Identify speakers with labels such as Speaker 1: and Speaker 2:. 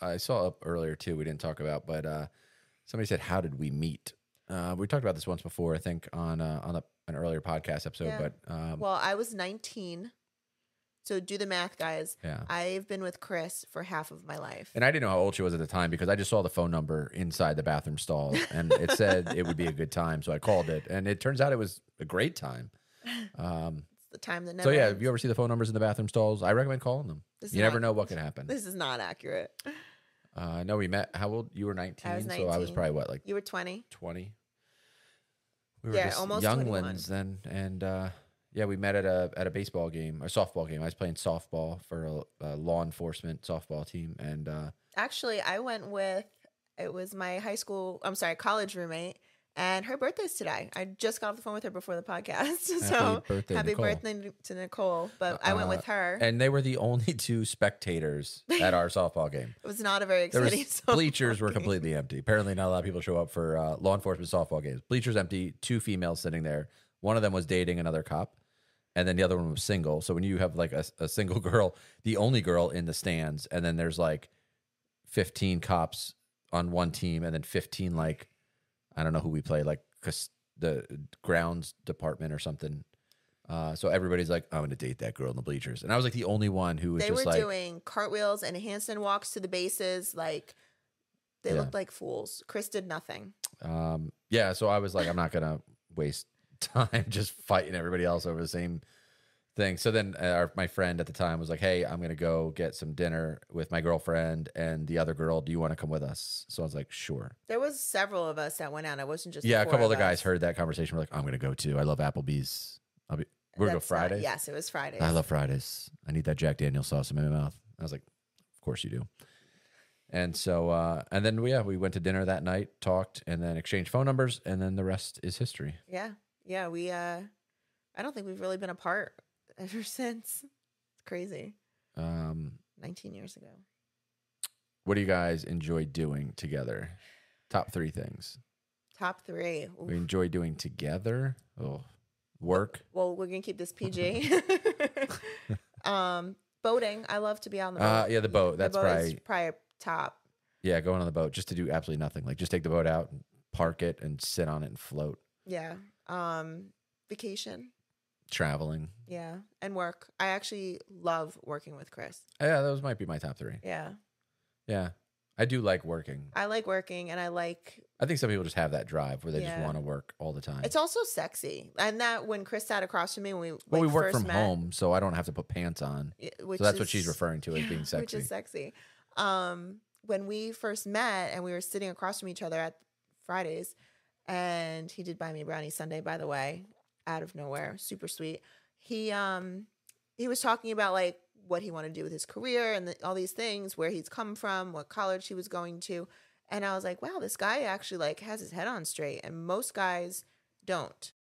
Speaker 1: Uh, saw up earlier too. We didn't talk about, but uh, somebody said, "How did we meet?" Uh, we talked about this once before, I think, on uh, on a, an earlier podcast episode.
Speaker 2: Yeah.
Speaker 1: But um,
Speaker 2: Well, I was 19. So do the math, guys.
Speaker 1: yeah,
Speaker 2: I've been with Chris for half of my life.
Speaker 1: and I didn't know how old she was at the time because I just saw the phone number inside the bathroom stall, and it said it would be a good time, so I called it, and it turns out it was a great time. Um,
Speaker 2: it's the time that
Speaker 1: so
Speaker 2: never
Speaker 1: yeah, if
Speaker 2: ends.
Speaker 1: you ever see the phone numbers in the bathroom stalls, I recommend calling them.
Speaker 2: This is
Speaker 1: you never
Speaker 2: not-
Speaker 1: know what could happen.
Speaker 2: This is not accurate.
Speaker 1: Uh, I know we met. How old you were? Nineteen. So I was
Speaker 2: 19.
Speaker 1: probably what, like
Speaker 2: You were 20?
Speaker 1: twenty. We were
Speaker 2: Yeah,
Speaker 1: just
Speaker 2: almost
Speaker 1: younglings then, and uh, yeah, we met at a at a baseball game, a softball game. I was playing softball for a, a law enforcement softball team, and uh,
Speaker 2: Actually, I went with, it was my high school, I'm sorry, college roommate, and her birthday's today. I just got off the phone with her before the podcast. so
Speaker 1: birthday,
Speaker 2: happy
Speaker 1: Nicole. Uh,
Speaker 2: birthday to Nicole. But I went with her.
Speaker 1: and they were the only two spectators at our softball game.
Speaker 2: it was not a very
Speaker 1: There was,
Speaker 2: exciting song.
Speaker 1: bleachers were completely empty. Apparently, not a lot of people show up for uh, law enforcement softball games. Bleachers empty. Two females sitting there. One of them was dating another cop, and then the other one was single. So when you have like a, a single girl, the only girl in the stands, and then there's like fifteen cops on one team, and then fifteen like I don't know who we play like cus- the grounds department or something. Uh, so everybody's like, I'm gonna date that girl in the bleachers, and I was like the only one who was
Speaker 2: They were
Speaker 1: just like,
Speaker 2: doing cartwheels and handstand walks to the bases. Like, they
Speaker 1: Yeah.
Speaker 2: looked like fools. Chris did nothing.
Speaker 1: um yeah so i was like i'm not gonna waste time just fighting everybody else over the same thing so then uh, our, my friend at the time was like hey i'm gonna go get some dinner with my girlfriend and the other girl do you want to come with us so i was like sure
Speaker 2: There was several of us that went out. It wasn't just the
Speaker 1: yeah a
Speaker 2: four
Speaker 1: couple
Speaker 2: of
Speaker 1: other guys
Speaker 2: us.
Speaker 1: heard that conversation were like i'm gonna go too i love applebee's i'll be we're gonna go
Speaker 2: That's not-
Speaker 1: friday
Speaker 2: yes, it was Friday.
Speaker 1: i love fridays i need that jack daniel sauce in my mouth i was like of course you do and so uh and then we yeah we went to dinner that night talked and then exchanged phone numbers and then the rest is history
Speaker 2: Yeah, yeah. We, uh I don't think we've really been apart ever since. It's crazy.
Speaker 1: Um,
Speaker 2: Nineteen years ago.
Speaker 1: what do you guys enjoy doing together? Top three things
Speaker 2: Top three. Oof.
Speaker 1: we enjoy doing together. Oh, work.
Speaker 2: Well, we're gonna keep this PG. um, boating. I love to be on the boat.
Speaker 1: Uh, yeah, the boat, that's
Speaker 2: is
Speaker 1: probably-
Speaker 2: probably top.
Speaker 1: Yeah, going on the boat just to do absolutely nothing. Like just take the boat out, and park it, and sit on it and float.
Speaker 2: Yeah. Um, vacation.
Speaker 1: Traveling.
Speaker 2: Yeah, and work. I actually love working with Chris.
Speaker 1: Uh, Yeah, those might be my top three.
Speaker 2: Yeah,
Speaker 1: Yeah, I do like working.
Speaker 2: I like working, and I like
Speaker 1: I think some people just have that drive where they just
Speaker 2: Yeah.
Speaker 1: want to work all the time.
Speaker 2: It's also sexy, and that when Chris sat across from me when we like,
Speaker 1: well, we work
Speaker 2: first
Speaker 1: from
Speaker 2: met,
Speaker 1: home, so I don't have to put pants on.
Speaker 2: y- which
Speaker 1: so that's what
Speaker 2: is-
Speaker 1: she's referring to as being sexy.
Speaker 2: which is sexy. Um, when we first met and we were sitting across from each other at Fridays, and he did buy me a brownie Sunday, by the way, out of nowhere, super sweet. He um he was talking about like what he wanted to do with his career and the, all these things, where he's come from, what college he was going to, and I was like, wow, this guy actually like has his head on straight, and most guys don't.